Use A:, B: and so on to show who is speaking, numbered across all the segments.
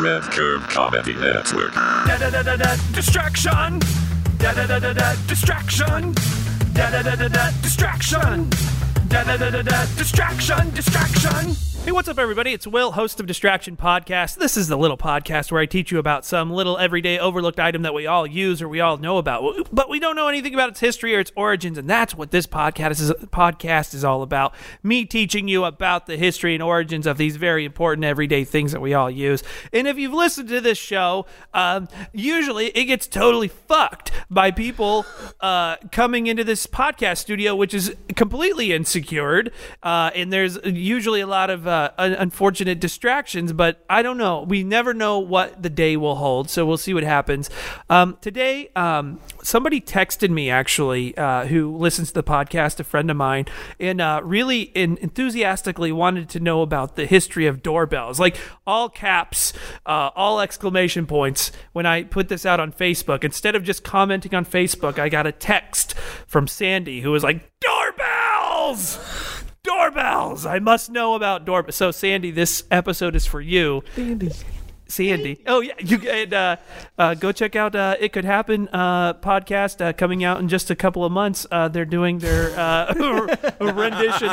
A: Red Curve Comedy Network.
B: da da da da da distraction da da da da da distraction da da da da da distraction da da da da da distraction distraction
C: Hey, what's up, everybody? It's Will, host of Distraction Podcast. This is the little podcast where I teach you about some little everyday overlooked item that we all use or we all know about, but we don't know anything about its history or its origins. And that's what this podcast is, podcast is all about. Me teaching you about the history and origins of these very important everyday things that we all use. And if you've listened to this show, um, usually it gets totally fucked by people uh, coming into this podcast studio, which is completely insecured. Uh, and there's usually a lot of uh, un- unfortunate distractions, but I don't know. We never know what the day will hold. So we'll see what happens. Um, today, um, somebody texted me actually uh, who listens to the podcast, a friend of mine, and uh, really in- enthusiastically wanted to know about the history of doorbells. Like all caps, uh, all exclamation points when I put this out on Facebook. Instead of just commenting on Facebook, I got a text from Sandy who was like, Doorbells! Doorbells! I must know about doorbells. So, Sandy, this episode is for you. Sandy. Oh yeah, you and, uh, uh, go check out uh, "It Could Happen" uh, podcast uh, coming out in just a couple of months. Uh, they're doing their uh, rendition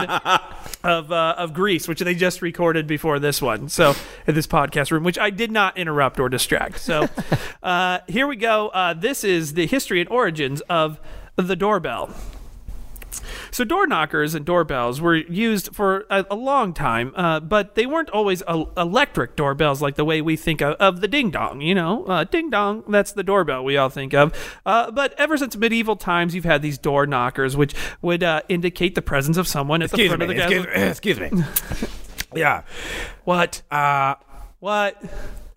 C: of uh, of Greece, which they just recorded before this one. So in this podcast room, which I did not interrupt or distract. So uh, here we go. Uh, this is the history and origins of the doorbell. So door knockers and doorbells were used for a, a long time, uh, but they weren't always el- electric doorbells like the way we think of, of the ding dong. You know, uh, ding dong, that's the doorbell we all think of. Uh, but ever since medieval times, you've had these door knockers, which would uh, indicate the presence of someone at the
D: Excuse
C: front
D: me.
C: of the
D: Excuse,
C: guy.
D: excuse me. yeah.
C: What?
D: Uh,
C: What?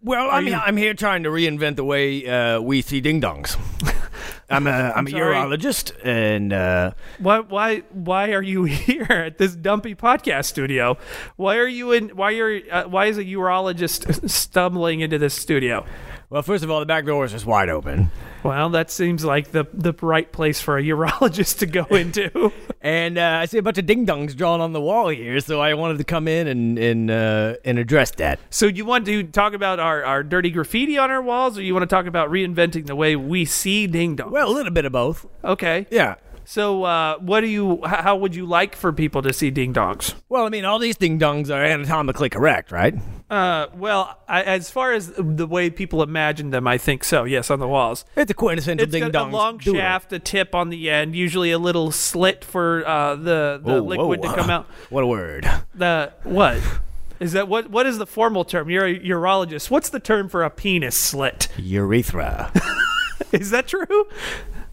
D: well, I'm, I'm here trying to reinvent the way uh, we see ding dongs. I'm a I'm, a
C: sorry.
D: urologist, and uh,
C: Why? Why? Why are you here at this dumpy podcast studio? Why are you in? Why are? Uh, why is a urologist stumbling into this studio?
D: well, first of all, the back door is just wide open,
C: Well, that seems like the the right place for a urologist to go into.
D: and uh, I see a bunch of ding dongs drawn on the wall here, so I wanted to come in and and uh, and address that.
C: so, you want to talk about our, our dirty graffiti on our walls, or you want to talk about reinventing the way we see ding dong?
D: Well, a little bit of both.
C: okay.
D: Yeah.
C: So, uh, what do you? h- How would you like for people to see ding dongs?
D: Well, I mean, all these ding dongs are anatomically correct, right?
C: Uh, well, I, as far as the way people imagine them, I think so. Yes, on the walls.
D: It's a quintessential
C: It's
D: ding
C: got a
D: dong.
C: long shaft, a tip on the end, usually a little slit for uh, the
D: Oh,
C: the liquid to come out.
D: What a word.
C: The what? Is that what? What is the formal term? You're a urologist. What's the term for a penis slit?
D: Urethra.
C: Is that true?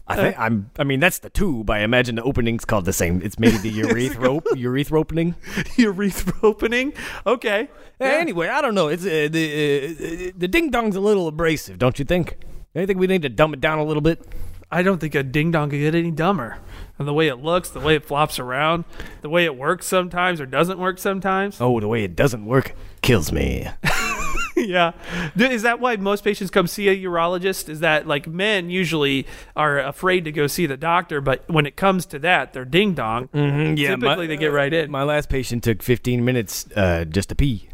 D: I think I'm. I mean, that's the tube. I imagine the opening's called the same. It's maybe the urethra urethra opening.
C: Urethra opening. Okay.
D: Anyway, I don't know. It's uh, the uh, the ding dong's a little abrasive, don't you think? I think we need to dumb it down a little bit.
C: I don't think a ding dong could get any dumber. And the way it looks, the way it flops around, the way it works sometimes or doesn't work sometimes.
D: Oh, the way it doesn't work kills me.
C: yeah. D- Is that why most patients come see a urologist? Is that like men usually are afraid to go see the doctor, but when it comes to that, they're ding dong.
D: yeah,
C: Typically, they get right in.
D: My last patient took 15 minutes uh, just to pee.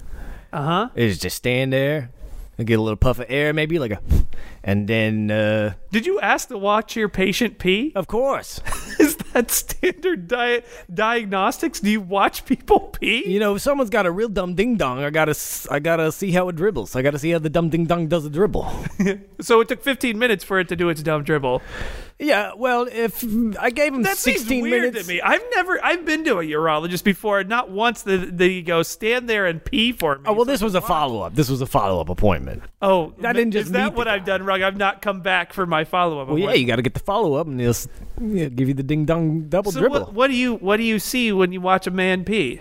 C: Uh huh.
D: It was just stand there, and get a little puff of air, maybe like a, and then uh,
C: Did you ask to watch your patient pee?
D: of course,
C: Is that standard diet diagnostics? Do you watch people pee?
D: you know, if someone's got a real dumb ding dong, I gotta s- I gotta see how it dribbles. I gotta see how the dumb ding dong does a dribble.
C: So it took 15 minutes for it to do its dumb dribble.
D: Yeah, well, if I gave him
C: That
D: 16
C: seems weird
D: minutes.
C: to me. I've never, I've been to a urologist before, and not once did did he go stand there and pee for me.
D: Oh, well, this was a follow up. This was a follow up appointment.
C: oh,
D: I didn't just
C: is that
D: meet
C: what
D: the
C: I've done wrong? I've not come back for my follow up.
D: Well, yeah, you got to get the follow up, and they'll s- yeah, give you the ding dong double
C: so
D: dribble.
C: what, what do you, what do you see when you watch a man pee?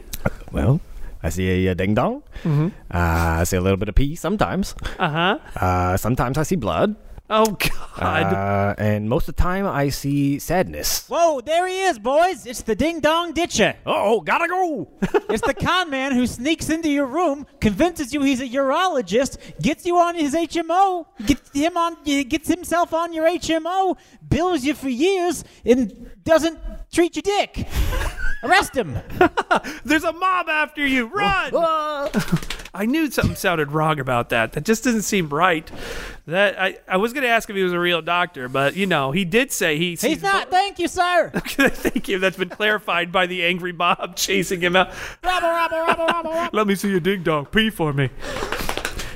D: Well, I see a, uh ding dong.
C: Mm-hmm.
D: Uh, I see a little bit of pee sometimes.
C: Uh huh.
D: Uh, sometimes I see blood.
C: Oh God.
D: Uh, and most of the time, I see sadness.
E: Whoa, there he is, boys. It's the ding dong ditcher.
D: Oh, gotta go.
E: It's the con man who sneaks into your room, convinces you he's a urologist, gets you on his HMO, gets him on gets himself on your HMO, bills you for years, and doesn't treat your dick. Arrest him.
C: There's a mob after you. Run.
D: Ah.
C: I knew something sounded wrong about that. That just didn't seem right. That I, I was going to ask if he was a real doctor, but you know, he did say he
E: He's not. Thank you, sir.
C: Thank you. That's been clarified by the angry mob chasing him out.
E: Rabble, rabble, rabble, rabble, rabble.
C: Let me see your ding dong. Pee for me.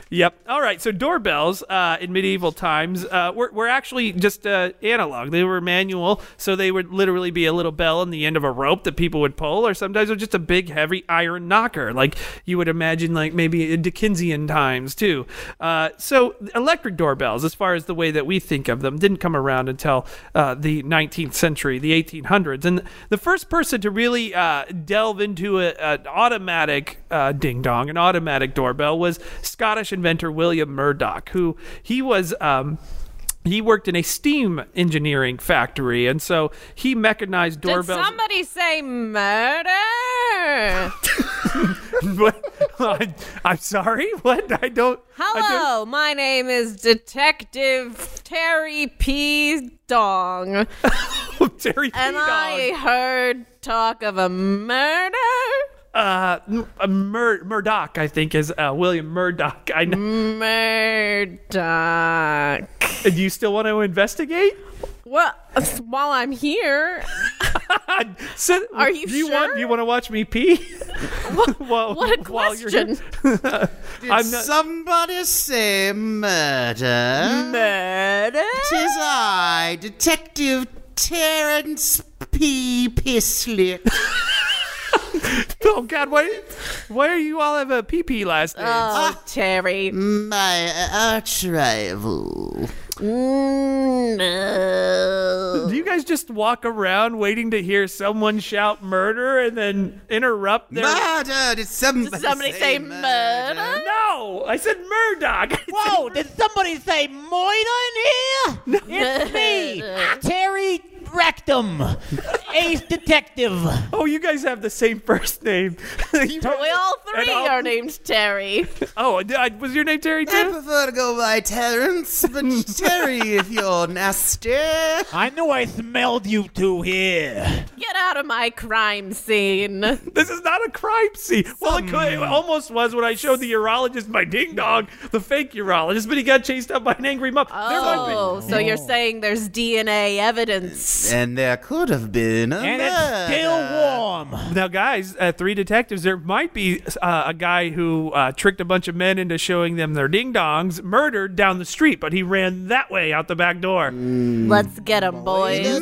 C: Yep. All right. So doorbells uh, in medieval times uh, were, were actually just uh, analog. They were manual, so they would literally be a little bell on the end of a rope that people would pull, or sometimes it was just a big, heavy iron knocker, like you would imagine, like maybe in Dickensian times too. Uh, so electric doorbells, as far as the way that we think of them, didn't come around until uh, the 19th century, the 1800s, and the first person to really uh, delve into a, an automatic uh, ding dong, an automatic doorbell, was Scottish inventor William Murdoch, who he was. Um, he worked in a steam engineering factory, and so he mechanized
F: Did
C: doorbells.
F: somebody say murder?
C: What? I'm sorry. What? I don't. I don't-
F: Hello, my name is Detective Terry P. Dong, and
C: Terry
F: I heard talk of a murder.
C: uh, m- uh, Mur- Murdoch, I think, is uh, William Murdoch. I know.
F: Murdoch.
C: Uh, Do you still want to investigate?
F: Well, while I'm here,
C: So,
F: Are you
C: do you want
F: sure?
C: do you want to watch me pee? What,
F: what a
C: while you're
F: question!
G: Did
C: I'm not-
G: somebody say
F: Hmm?
G: murder?
F: Murder?
G: Tis I, Detective Terrence P. Pislett.
C: Oh God, why why are you all have a pee pee last name?
F: Oh, Terry.
G: My arch rival.
F: Mm, No.
C: do you guys just walk around waiting to hear someone shout murder and then interrupt their?
G: Murder! Did somebody,
F: Did somebody say murder?
C: no, I said Murdoch.
E: Whoa! Did somebody say Moira in here? It's me, Terry Rectum, Ace Detective.
C: oh, you guys have the same first name. You-
F: We all
C: And
F: three
C: I'll-
F: are named Terry.
C: Oh, I- was your name Terry
G: I
C: too?
G: prefer to go by Terrence, but Terry if you're nasty.
E: I knew I smelled you two here.
F: Get out of my crime scene.
C: This is not a crime scene. Well, it, could, it almost was when I showed the urologist my ding dong, the fake urologist, but he got chased up by an angry mob. There might be-
F: Oh, so you're saying there's DNA evidence.
G: And there could have been a
E: And
G: murder.
E: it's still warm.
C: Now, guys, uh, three detectives. There might be uh, a guy who uh, tricked a bunch of men into showing them their ding dongs, murdered down the street, but he ran that way out the back door.
F: Let's get them, boys. Murder.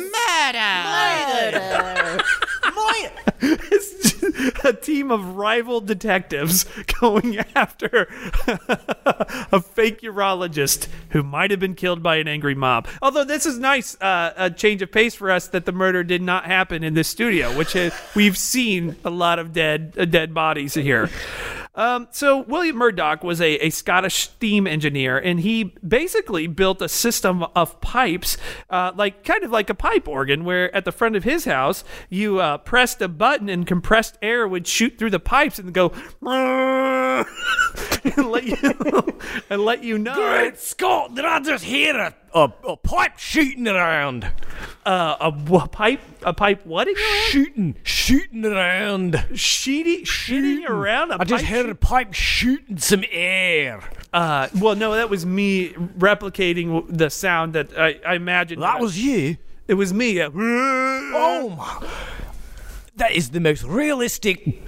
C: It's just a team of rival detectives going after a fake urologist who might have been killed by an angry mob. Although this is nice, uh, a change of pace for us that the murder did not happen in this studio, which is, we've seen a lot of dead uh, dead bodies here. Um, so William Murdoch was a, a Scottish steam engineer, and he basically built a system of pipes, uh, like kind of like a pipe organ, where at the front of his house you uh, pressed a button and compressed air would shoot through the pipes and go. and let you and let you know
D: Scott, did I just hear a, a, a pipe shooting around?
C: uh, a, w- pipe a pipe what in your hand?
D: Shooting, shooting around.
C: Sheety, shitting
D: Shooting.
C: around a
D: I just
C: pipe
D: heard a pipe shooting some air.
C: uh, well no that was me replicating the sound that I, I imagined
D: That was you.
C: it was me uh,
D: Oh my! That is the most realistic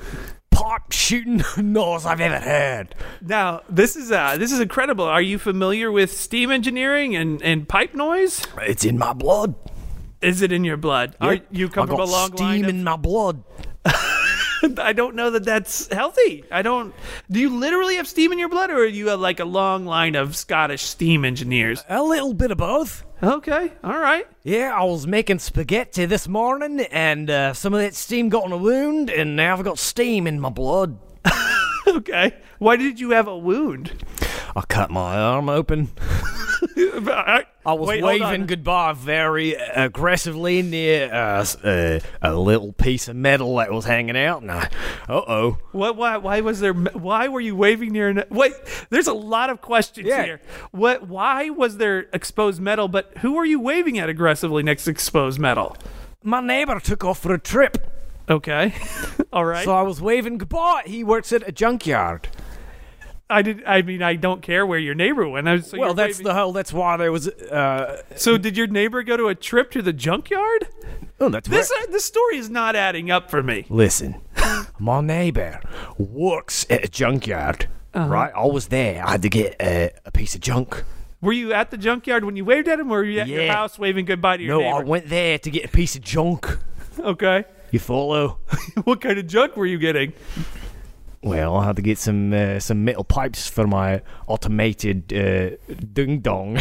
D: pipe shooting noise I've ever heard.
C: Now this is uh this is incredible. Are you familiar with steam engineering and, and pipe noise?
D: It's in my blood.
C: Is it in your blood? Are
D: Yep.
C: you come
D: I
C: from
D: got
C: a long
D: steam
C: line?
D: in my blood.
C: Of, I don't know that that's healthy. I don't. Do you literally have steam in your blood, or are you uh, like a long line of Scottish steam engineers?
D: A little bit of both.
C: Okay, all right.
D: Yeah, I was making spaghetti this morning, and uh, some of that steam got on a wound, and now I've got steam in my blood.
C: Okay. Why did you have a wound?
D: I cut my arm open.
C: I,
D: I was
C: Wait, hold
D: waving
C: on.
D: goodbye very aggressively near uh, s- uh, a little piece of metal that was hanging out, and I, uh oh.
C: What? Why? Why was there? Why were you waving near? An, wait, there's a lot of questions
D: Yeah.
C: here. What? Why was there exposed metal? But who are you waving at aggressively next to exposed metal?
D: My neighbor took off for a trip,
C: Okay, all right.
D: so I was waving goodbye. He works at a junkyard.
C: I did. I mean, I don't care where your neighbor went. I was, so
D: Well,
C: you're
D: that's
C: waving-
D: the whole. That's why there was. Uh,
C: So did your neighbor go to a trip to the junkyard?
D: oh, that's
C: This
D: where-
C: uh, this story is not adding up for me.
D: Listen, my neighbor works at a junkyard. Right, I was there. I had to get a, a piece of junk.
C: Were you at the junkyard when you waved at him, or were you at your
D: Yeah.
C: house waving goodbye to your
D: No, I
C: neighbor?
D: went there to get a piece of junk.
C: okay.
D: You follow?
C: what kind of junk were you getting?
D: Well, I had to get some uh, some metal pipes for my automated uh, ding dong.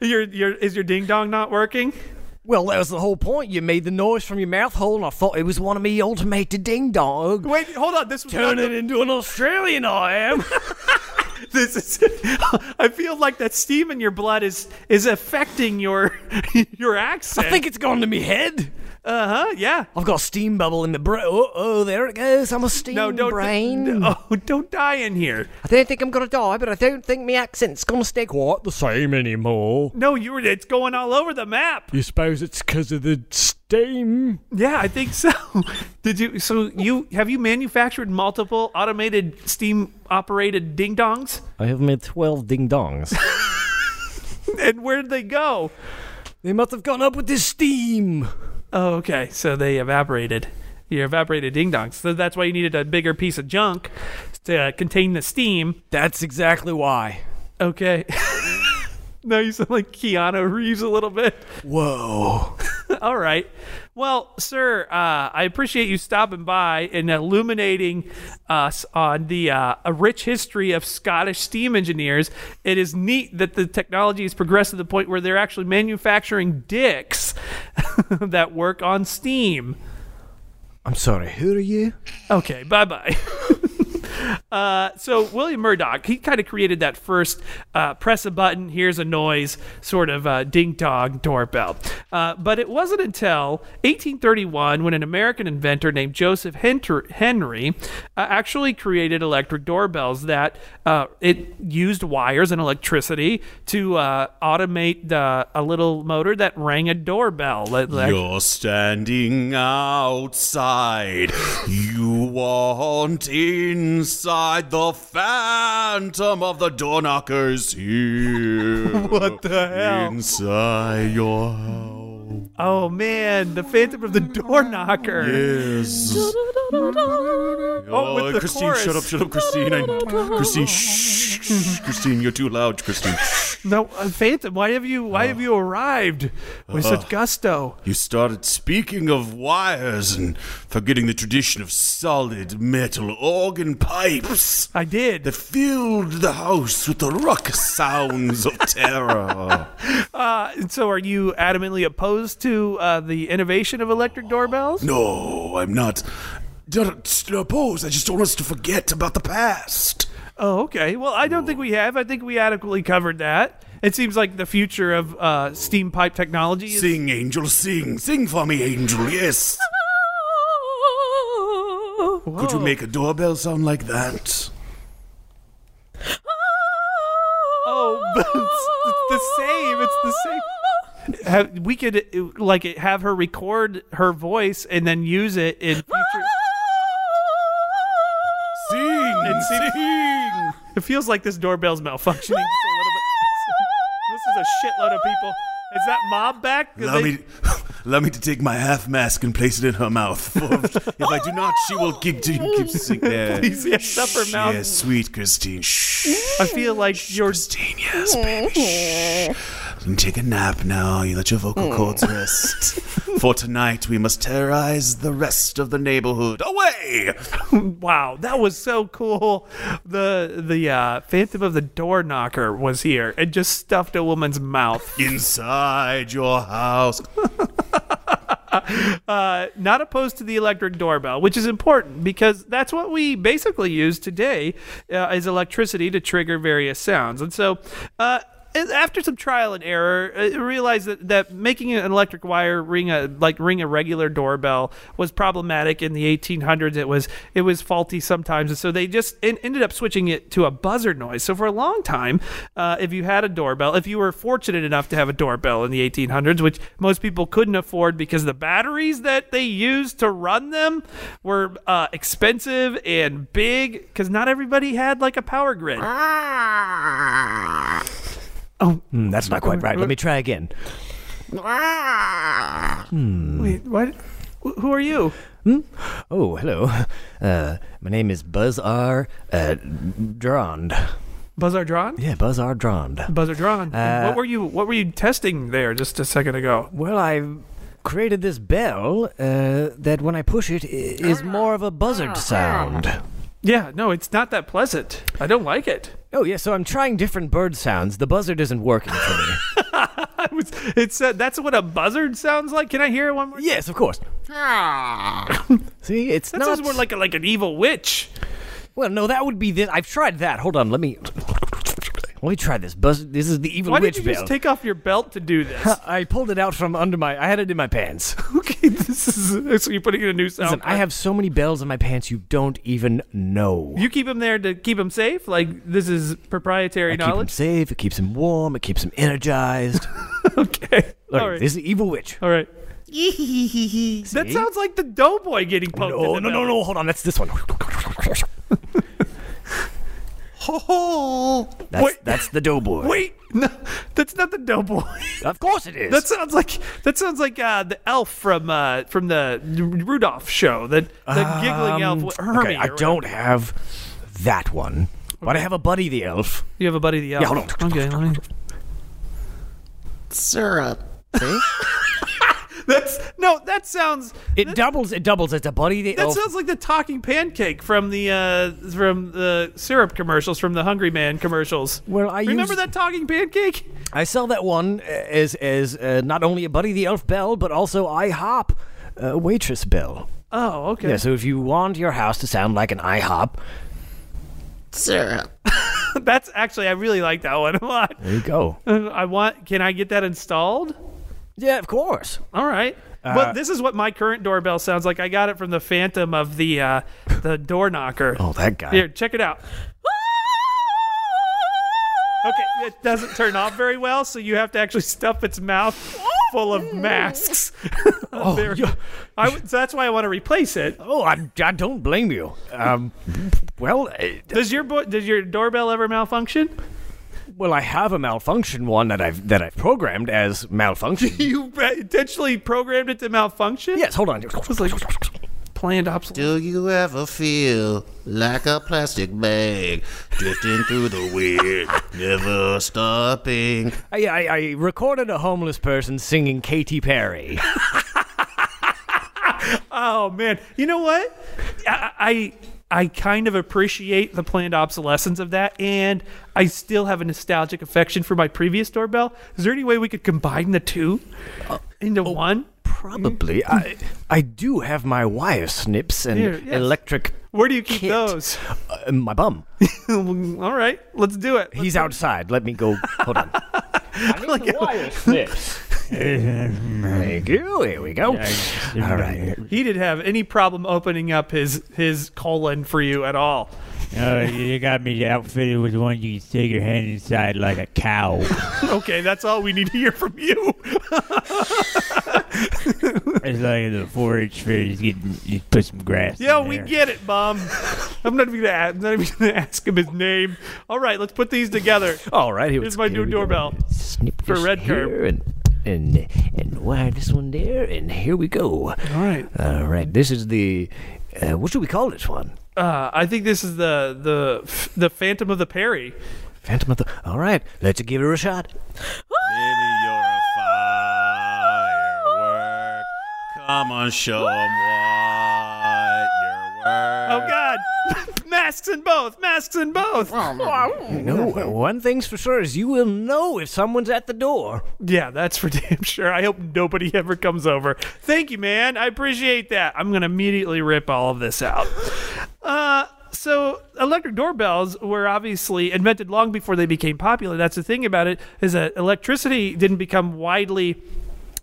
C: Your your is your ding dong not working?
D: well, that was the whole point. You made the noise from your mouth hole, and I thought it was one of me automated ding dong.
C: Wait, hold on. This was
D: Turn it into an Australian, I am.
C: this is. I feel like that steam in your blood is is affecting your your accent.
D: I think it's gone to me head.
C: Uh huh. Yeah.
D: I've got a steam bubble in the brain. Oh, oh, there it goes. I'm a steam
C: No, don't
D: brain.
C: Oh, don't die in here.
D: I don't think I'm gonna die, but I don't think my accent's gonna stay quite the same anymore.
C: No, you were. It's going all over the map.
D: You suppose it's 'cause of the steam?
C: Yeah, I think so. Did you? So you have you manufactured multiple automated steam operated ding dongs?
D: I have made twelve ding dongs.
C: And where did they go?
D: they must have gone up with this steam.
C: Oh, okay. So they evaporated. You evaporated ding dongs. So that's why you needed a bigger piece of junk to uh, contain the steam.
D: That's exactly why.
C: Okay. now you sound like Keanu Reeves a little bit.
D: Whoa.
C: All right. Well, sir, uh, I appreciate you stopping by and illuminating us on the uh, a rich history of Scottish steam engineers. It is neat that the technology has progressed to the point where they're actually manufacturing dicks that work on steam.
D: I'm sorry. Who are you?
C: Okay, bye bye. Uh, so William Murdoch, he kind of created that first uh, press a button, here's a noise sort of uh, ding dong doorbell. Uh, but it wasn't until 1831 when an American inventor named Joseph Henter- Henry uh, actually created electric doorbells that uh, it used wires and electricity to uh, automate the, a little motor that rang a doorbell. Like- like-
H: You're standing outside. You want inside. The phantom of the door knockers here. what the hell? Inside your house.
C: oh man, the Phantom of the Door Knocker. Oh, with the
H: Christine,
C: chorus.
H: shut up, shut up, Christine. I, Christine, shh, shh, shh, Christine, you're too loud, Christine. shh.
C: No, uh, Phantom, why have you why have you arrived with such gusto?
H: You started speaking of wires and forgetting the tradition of solid metal organ pipes.
C: I did.
H: that filled the house with the ruckus sounds of terror.
C: Uh, and so, are you adamantly opposed to uh, the innovation of electric doorbells?
H: no, I'm not. Don't oppose. I just don't want us to forget about the past.
C: Oh, okay. Well, I don't think we have. I think we adequately covered that. It seems like the future of uh, steam pipe technology is.
H: Sing, angel, sing. Sing for me, angel, yes. Could you make a doorbell sound like that?
C: Oh, but it's, it's the same. It's the same. Have, we could uh, like have her record her voice and then use it in future.
H: Sing, sing.
C: It feels like this doorbell's malfunctioning just a little bit. This is a shitload of people. Is that mob back? 'Cause
H: Allow
C: they-
H: me, allow me to take my half mask and place it in her mouth. For if I do not, she will keep, keep singing. there.
C: Please, yes, stuff her mouth.
H: Yes, sweet Christine. Shh.
C: I feel like you're.
H: Christine, yes, baby. Shh. And Take a nap now. You let your vocal cords rest. For tonight, we must terrorize the rest of the neighborhood. Away!
C: Wow, that was so cool. The the uh, Phantom of the Door Knocker was here and just stuffed a woman's mouth.
H: Inside your house.
C: Uh, not opposed to the electric doorbell, which is important because that's what we basically use today uh, is electricity to trigger various sounds. And so, uh, after some trial and error, I realized that, that making an electric wire ring a like ring a regular doorbell was problematic in the 1800s. It was it was faulty sometimes, and so they just en- ended up switching it to a buzzer noise. So for a long time, uh, if you had a doorbell, if you were fortunate enough to have a doorbell in the 1800s, which most people couldn't afford because the batteries that they used to run them were uh, expensive and big, because not everybody had like a power grid.
D: Mm. Hmm, that's not quite right. Let me try again.
C: Wait, what? Wh- Who are you?
D: Oh, hello. Uh, my name is Buzz R. Uh, Drond.
C: Buzzard Drawn?
D: Yeah, Buzz R. Drond.
C: Buzzard Drawn.
D: Uh,
C: what were you what were you testing there just a second ago?
D: Well, I created this bell uh, that when I push it i-
C: Ah,
D: is more of a buzzard sound.
C: Yeah, no, it's not that pleasant. I don't like it.
D: Oh yeah, so I'm trying different bird sounds. The buzzard isn't working for me.
C: I was it's uh, that's what a buzzard sounds like. Can I hear it one more?
D: yes, of course. See,
C: Ah.
D: it's
C: That
D: not
C: sounds more like a, like an evil witch.
D: Well, no, that would be this. I've tried that. Hold on, let me let me try this. Buzz. This is the evil
C: Why
D: witch
C: did you
D: bell.
C: just take off your belt to do this?
D: I pulled it out from under my. I had it in my pants.
C: okay, this is so you're putting in a new sound.
D: Listen, I have so many bells in my pants you don't even know.
C: you keep him there to keep him safe. Like this is proprietary
D: I keep him
C: knowledge.
D: safe. It keeps him warm. It keeps him energized.
C: okay,
D: Look,
C: all right,
D: this is the evil witch.
C: all right.
G: Hee-hee-hee-hee.
C: That sounds like the doughboy getting poked. in
D: No,
C: the
D: no, no,
C: belly.
D: no. Hold on, that's this one.
G: Ho-ho.
D: That's,
C: Wait.
D: that's the doughboy.
C: Wait, no, that's not the doughboy.
D: Of course it is.
C: That sounds like that sounds like uh, the elf from uh, from the Rudolph show. The the giggling elf, Hermie.
D: Um, okay, I
C: or
D: don't
C: whatever.
D: have that one, but I have a buddy, the elf.
C: You have a buddy the elf.
D: Yeah, hold on.
C: Okay, let me.
G: Syrup.
C: That's no. That sounds.
D: It doubles. It doubles. It's a buddy, the
C: That
D: elf.
C: sounds like the talking pancake from the uh, from the syrup commercials, from the Hungry Man commercials.
D: Well, I
C: remember
D: used-
C: that talking pancake.
D: I sell that one as as uh, not only a Buddy the Elf bell, but also IHOP uh, waitress bell.
C: Oh, okay.
D: Yeah, so if you want your house to sound like an IHOP,
G: Syrup.
C: That's actually I really like that one a lot.
D: there you go.
C: I want. Can I get that installed?
D: Yeah, of course.
C: All right. but this is what my current doorbell sounds like. I got it from the Phantom of the uh, the door knocker.
D: Oh, that guy.
C: Here, check it out. Okay, it doesn't turn off very well, so you have to actually stuff its mouth full of masks. Oh, so that's why I want to replace it.
D: Oh, I, I don't blame you. Um, well, eh,
C: Does your bo- does your doorbell ever malfunction?
D: well, I have a malfunction one that I've that I've programmed as malfunction.
C: You intentionally programmed it to malfunction?
D: yes, hold on.
C: Planned obsolete.
G: Do you ever feel like a plastic bag drifting through the wind, never stopping?
D: I, I, I recorded a homeless person singing Katy Perry.
C: Oh man, you know what? I, I I kind of appreciate the planned obsolescence of that, and I still have a nostalgic affection for my previous doorbell. Is there any way we could combine the two into one?
D: Probably. I I do have my wire snips and
C: Here, yes.
D: electric
C: Where do you keep
D: Kit.
C: those?
D: uh, in my bum.
C: All right, let's do it.
D: He's outside. Let me go. Hold on. Thank you. Here we go. All right.
C: He didn't have any problem opening up his his colon for you at all.
E: Oh, you got me outfitted with one you can stick your hand inside like a cow.
C: Okay, that's all we need to hear from you.
E: It's like the forage fairies getting you put some grass.
C: Yeah,
E: in
C: we
E: there.
C: get it, Mom. I'm not even gonna ask, I'm not even gonna ask him his name. All right, let's put these together.
D: All right. Here,
C: Here's my
D: here
C: new
D: we go.
C: doorbell.
D: Snip
C: For
D: this
C: red
D: here
C: curve.
D: And, and, and wire this one there. And here we go.
C: All right.
D: All right. This is the. Uh, what should we call this one?
C: Uh, I think this is the the the Phantom of the Perry.
D: Phantom of the. All right. Let's give it a shot.
H: Baby, you're a firework. Come on, show 'em what you're worth.
C: Oh God, masks in both, masks in both.
D: No, one thing's for sure is you will know if someone's at the door.
C: Yeah, that's for damn sure. I hope nobody ever comes over. Thank you, man. I appreciate that. I'm gonna immediately rip all of this out. Uh, so a electric doorbells were obviously invented long before they became popular. That's the thing about it is that electricity didn't become widely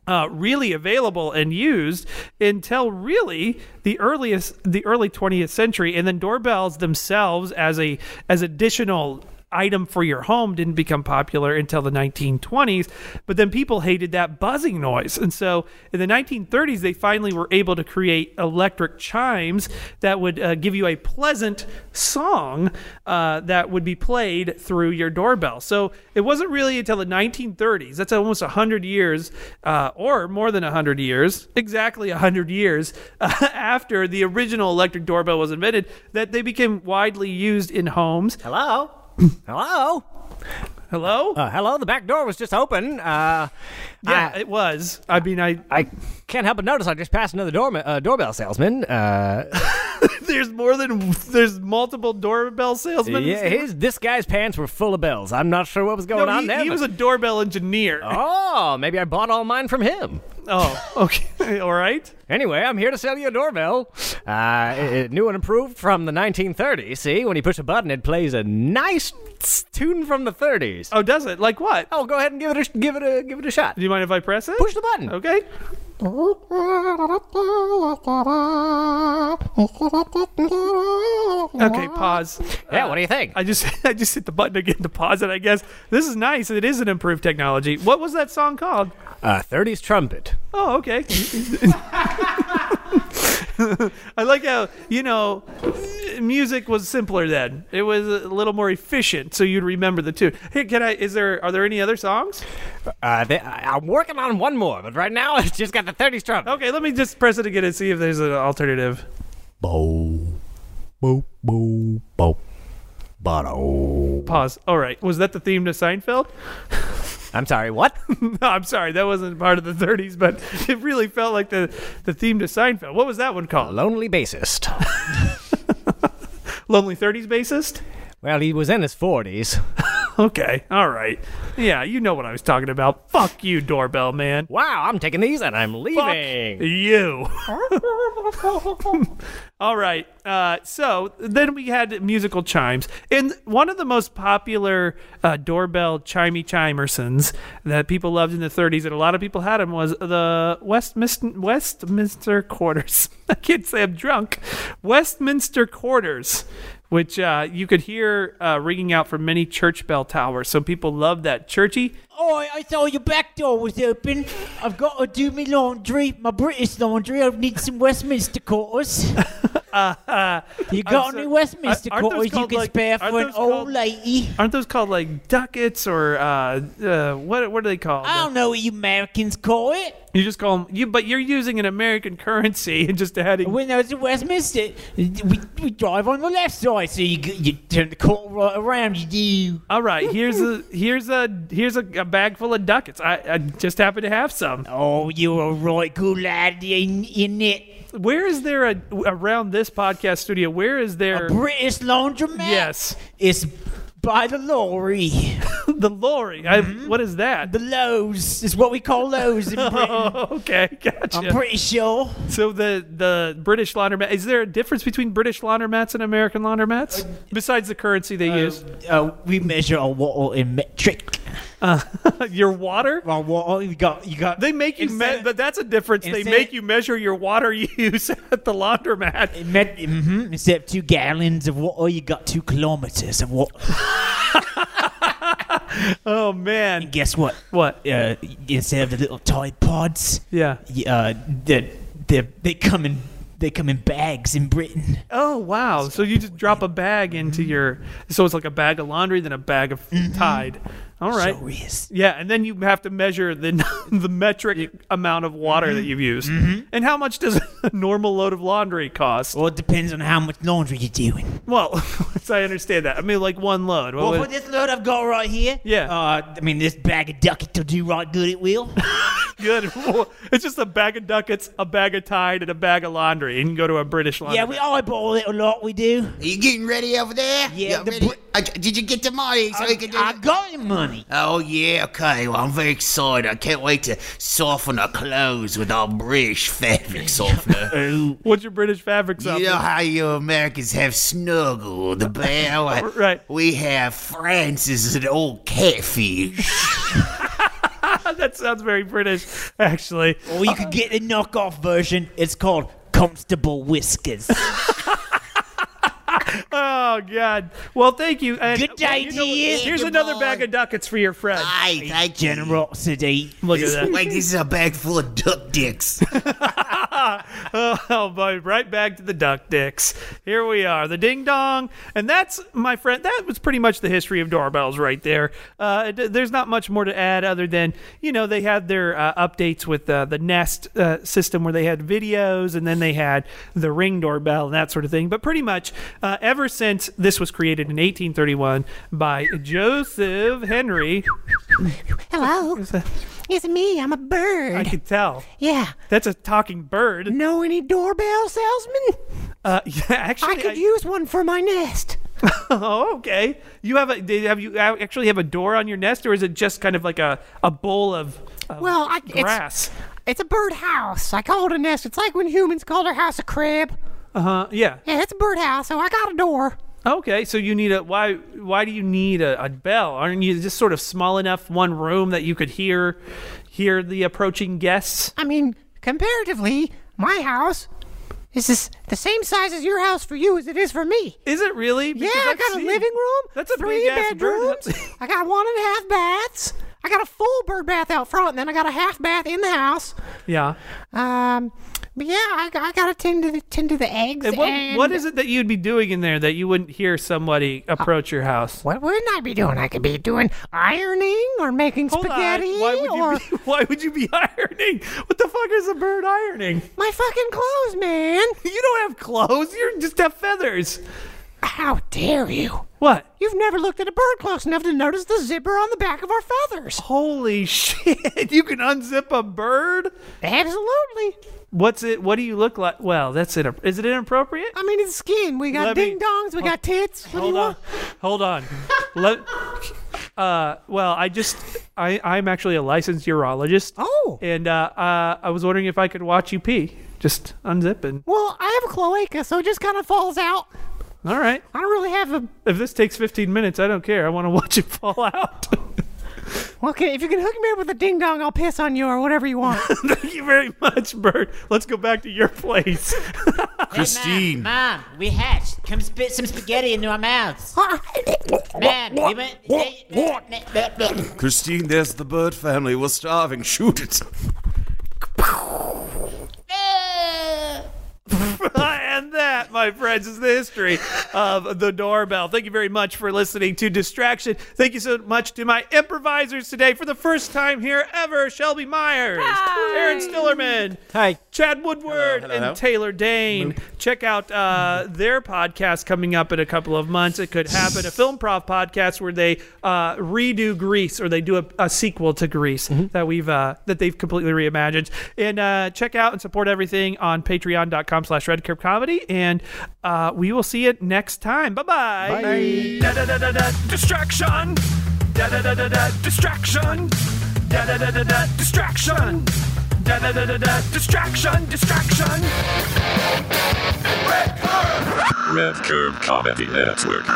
C: uh, really available and used until really the earliest the early 20th century and then doorbells themselves as a as additional item for your home didn't become popular until the 1920s but then people hated that buzzing noise and so in the 1930s they finally were able to create electric chimes that would uh, give you a pleasant song uh, that would be played through your doorbell so it wasn't really until the 1930s that's almost 100 years uh, or more than 100 years exactly 100 years uh, after the original electric doorbell was invented that they became widely used in homes
D: Hello? hello?
C: hello
D: Uh, hello? The back door was just open. Uh,
C: yeah
D: I-
C: it was i mean i
D: I can't help but notice I just passed another door, uh, doorbell salesman. Uh,
C: there's more than there's multiple doorbell salesmen
D: yeah, his, this guy's pants were full of bells. I'm not sure what was going
C: No,
D: on
C: he,
D: there.
C: he
D: but-
C: was a doorbell engineer
D: oh, maybe I bought all mine from him.
C: oh okay all right
D: Anyway, I'm here to sell you a doorbell. Uh, i- i- new and improved from the 1930s. See, when you push a button, it plays a nice tune from the 30s.
C: oh does it like what
D: Oh, go ahead and give it a sh- give it a give it a shot.
C: do you mind if i press it
D: Push the button.
C: okay okay pause
D: Yeah, what do you think?
C: I just I just hit the button again to pause it. I guess this is nice. It is an improved technology. What was that song called?
D: Uh, 30s trumpet.
C: Oh, okay. I like how you know music was simpler then. It was a little more efficient, so you'd remember the tune. Hey, can I? Is there? Are there any other songs?
D: Uh, they, I, I'm working on one more, but right now it's just got the 30s trumpet.
C: Okay, let me just press it again and see if there's an alternative.
I: Bow, bow, bow, bow, bow.
C: Pause. All right. Was that the theme to Seinfeld?
D: I'm sorry, what?
C: No, I'm sorry. That wasn't part of the 30s, but it really felt like the the theme to Seinfeld. What was that one called?
D: Lonely bassist.
C: Lonely 30s bassist.
D: Well, he was in his 40s.
C: Okay, all right. Yeah, you know what I was talking about. Fuck you, doorbell man.
D: Wow, I'm taking these and I'm
C: Fuck
D: leaving.
C: you. all right. Uh, so then we had musical chimes, and one of the most popular uh, doorbell chimey chimersons that people loved in the 30s, and a lot of people had them, was the Westminster Westminster quarters. I can't say I'm drunk. Westminster quarters which uh, you could hear uh, ringing out from many church bell towers. So people love that churchy.
E: Oh, I- I saw your back door was open. I've got to do my laundry, my British laundry. I need some Westminster quarters. you got
C: so-
E: any Westminster
C: aren't those
E: quarters you
C: called,
E: can
C: like-
E: spare
C: aren't
E: for an
C: those
E: old
C: called-
E: lady?
C: Aren't those called like ducats or uh, uh, what? What are they called?
E: I don't know what you Americans call it.
C: you just call them. You, but you're using an American currency and just adding.
E: When I was in Westminster, we, we drive on the left side, so you g- you turn the corner right around. You do.
C: All right, here's a here's a here's a, a bag full of ducats. I, I just happen to have some.
E: Oh, you're a right good lad, in, in it.
C: Where is there a around this podcast studio? Where is there?
E: British laundromat.
C: Yes,
E: It's by the lorry.
C: the lorry. I, what is that?
E: Mm-hmm. The Lowe's is what we call Lowe's in Britain.
C: oh, okay, gotcha.
E: I'm pretty sure.
C: So the the British laundromat is there a difference between British laundromats and American laundromats besides the currency they use?
E: Uh, we measure our water in metric.
C: your water.
E: Our water, you got, you got.
C: They make you me-
E: Instead-
C: but that's a difference. They
E: instead-
C: make you measure your water use at the laundromat.
E: Met, hmm instead of two gallons of water, you got two kilometers of water.
C: Oh man.
E: Guess what?
C: What?
E: Uh, instead of the little Tide Pods,
C: Yeah.
E: y- uh, they they they come in they come in bags in Britain.
C: Oh wow. So you just drop a bag into
E: Mm-hmm.
C: your so it's like a bag of laundry then a bag of Tide. All right.
E: So is.
C: Yeah, and then you have to measure the the metric amount of water
E: Mm-hmm.
C: that you've used. And how much does a normal load of laundry cost?
E: Well, it depends on how much laundry you're doing.
C: Well, so I understand that. I mean, like one load. What
E: Well,
C: would-
E: for this load I've got right here,
C: Yeah.
E: Uh, I mean, this bag of ducket will do right good. It will.
C: good. It's just a bag of ducats, a bag of Tide, and a bag of laundry. And you can go to a British laundry.
E: Yeah, we eyeball it a lot. We do.
H: Are you getting ready over there?
E: Yeah,
H: You
E: the
H: ready?
E: br-
H: Uh, did you get the money so we can do
E: I
H: it?
E: got him money.
H: Oh yeah, okay. Well, I'm very excited. I can't wait to soften our clothes with our British fabric softener.
C: What's your British fabric softener?
H: you know how you Americans have snuggle, the bear. Well,
C: Right.
H: We have Francis is an old catfish.
C: That sounds very British, actually.
E: Or you could get the knockoff version. It's called Constable Whiskers.
C: Oh God. Well, thanhank you. And,
E: Good
C: well, you know what?
E: idea.
C: Here's
H: Come
C: another
H: on.
C: bag of ducats for your friend.
H: Aye, thank you.
E: Generosity.
C: Look at
H: This-
C: that.
H: Wait, this is a bag full of duck dicks.
C: Oh boy, right back to the duck dicks. Here we are, the ding dong, and that's my friend. That was pretty much the history of doorbells right there. Uh, d- there's not much more to add other than you know they had their uh, updates with uh, the Nest uh, system where they had videos and then they had the Ring doorbell and that sort of thing. But pretty much uh, ever since this was created in 1831 by Joseph Henry,
G: Hello. It's me. I'm a
C: I
G: bird.
C: can tell
G: Yeah.
C: that's a talking bird.
G: Know any doorbell salesman?
C: Uh, yeah, actually,
G: I could use one for my nest.
C: Oh, okay. You have a do you- have you a- actually have a door on your nest, or is it just kind of like a, a bowl of, of
G: Well, I, it's
C: grass?
G: it's a birdhouse. I call it a nest. It's like when humans call their house a crib.
C: Uh huh. Yeah.
G: Yeah, it's a birdhouse, so I got a door.
C: Okay. So you need a why? Why do you need a, a bell? Aren't you just sort of small enough one room that you could hear hear the approaching guests?
G: I mean, comparatively, my house is this the same size as your house for you as it is for me.
C: Is it really? Because
G: yeah, I
C: I've
G: got
C: seen-
G: a living room.
C: That's a
G: three
C: big-ass
G: bedrooms.
C: bird-
G: I got one and a half baths. I got a full bird bath out front, and then I got a half bath in the house.
C: yeah.
G: Um, but yeah, I, I gotta tend to the, tend to the eggs.
C: And
G: And
C: what what is it that you'd be doing in there that you wouldn't hear somebody approach your house?
G: What wouldn't I be doing? I could be doing ironing or making
C: Hold on,
G: spaghetti
C: Why would you
G: or
C: be, why would you be ironing? What the fuck is a bird ironing?
G: my fucking clothes, man.
C: You don't have clothes. You just have feathers.
G: How dare you?
C: What?
G: You've never looked at a bird close enough to notice the zipper on the back of our feathers.
C: Oh. Holy shit! You can unzip a bird.
G: Absolutely.
C: What's it? What do you look like? Well, that's it. Is it inappropriate?
G: I mean, it's skin. We got
C: Let me-
G: ding dongs. We got tits. Uh, What do
C: Hold
G: you
C: on.
G: want?
C: Hold on. Let. Uh, well, I just I I'm actually a licensed urologist.
G: Oh.
C: And uh, uh, I was wondering if I could watch you pee. Just unzip and
G: Well, I have a cloaca, so it just kind of falls out.
C: all right.
G: I don't really have a.
C: If this takes 15 minutes, I don't care. I want to watch it fall out.
G: Okay, if you can hook me up with a ding dong, I'll piss on you or whatever you want.
C: Thank you very much, Bird. Let's go back to your place.
J: Christine.
E: Mom, we hatched. Come spit some spaghetti into our mouths. Man, we went.
J: Christine, there's the bird family. We're starving. Shoot it.
C: and that, my friends, is the history of the doorbell. Thank you very much for listening to Distraction. Thank you so much to my improvisers today for the first time here ever Shelby Myers, Aaron Stillerman,
K: Hi.
C: Chad Woodward,
J: hello,
C: and
J: hello.
C: Taylor Dane. Check out uh, their podcast coming up in a couple of months. It could happen. A film prof podcast where they uh, redo Grease or they do a, a sequel to Grease
J: Mm-hmm.
C: that we've uh, that they've completely reimagined. And uh, check out and support everything on patreon.com slash red Curb comedy. And uh, we will see you next time. Bye-bye. bye bye
L: da da da da da distraction da da da da da distraction da da da da da distraction da da da da da distraction distraction
A: Red Curve Comedy Network.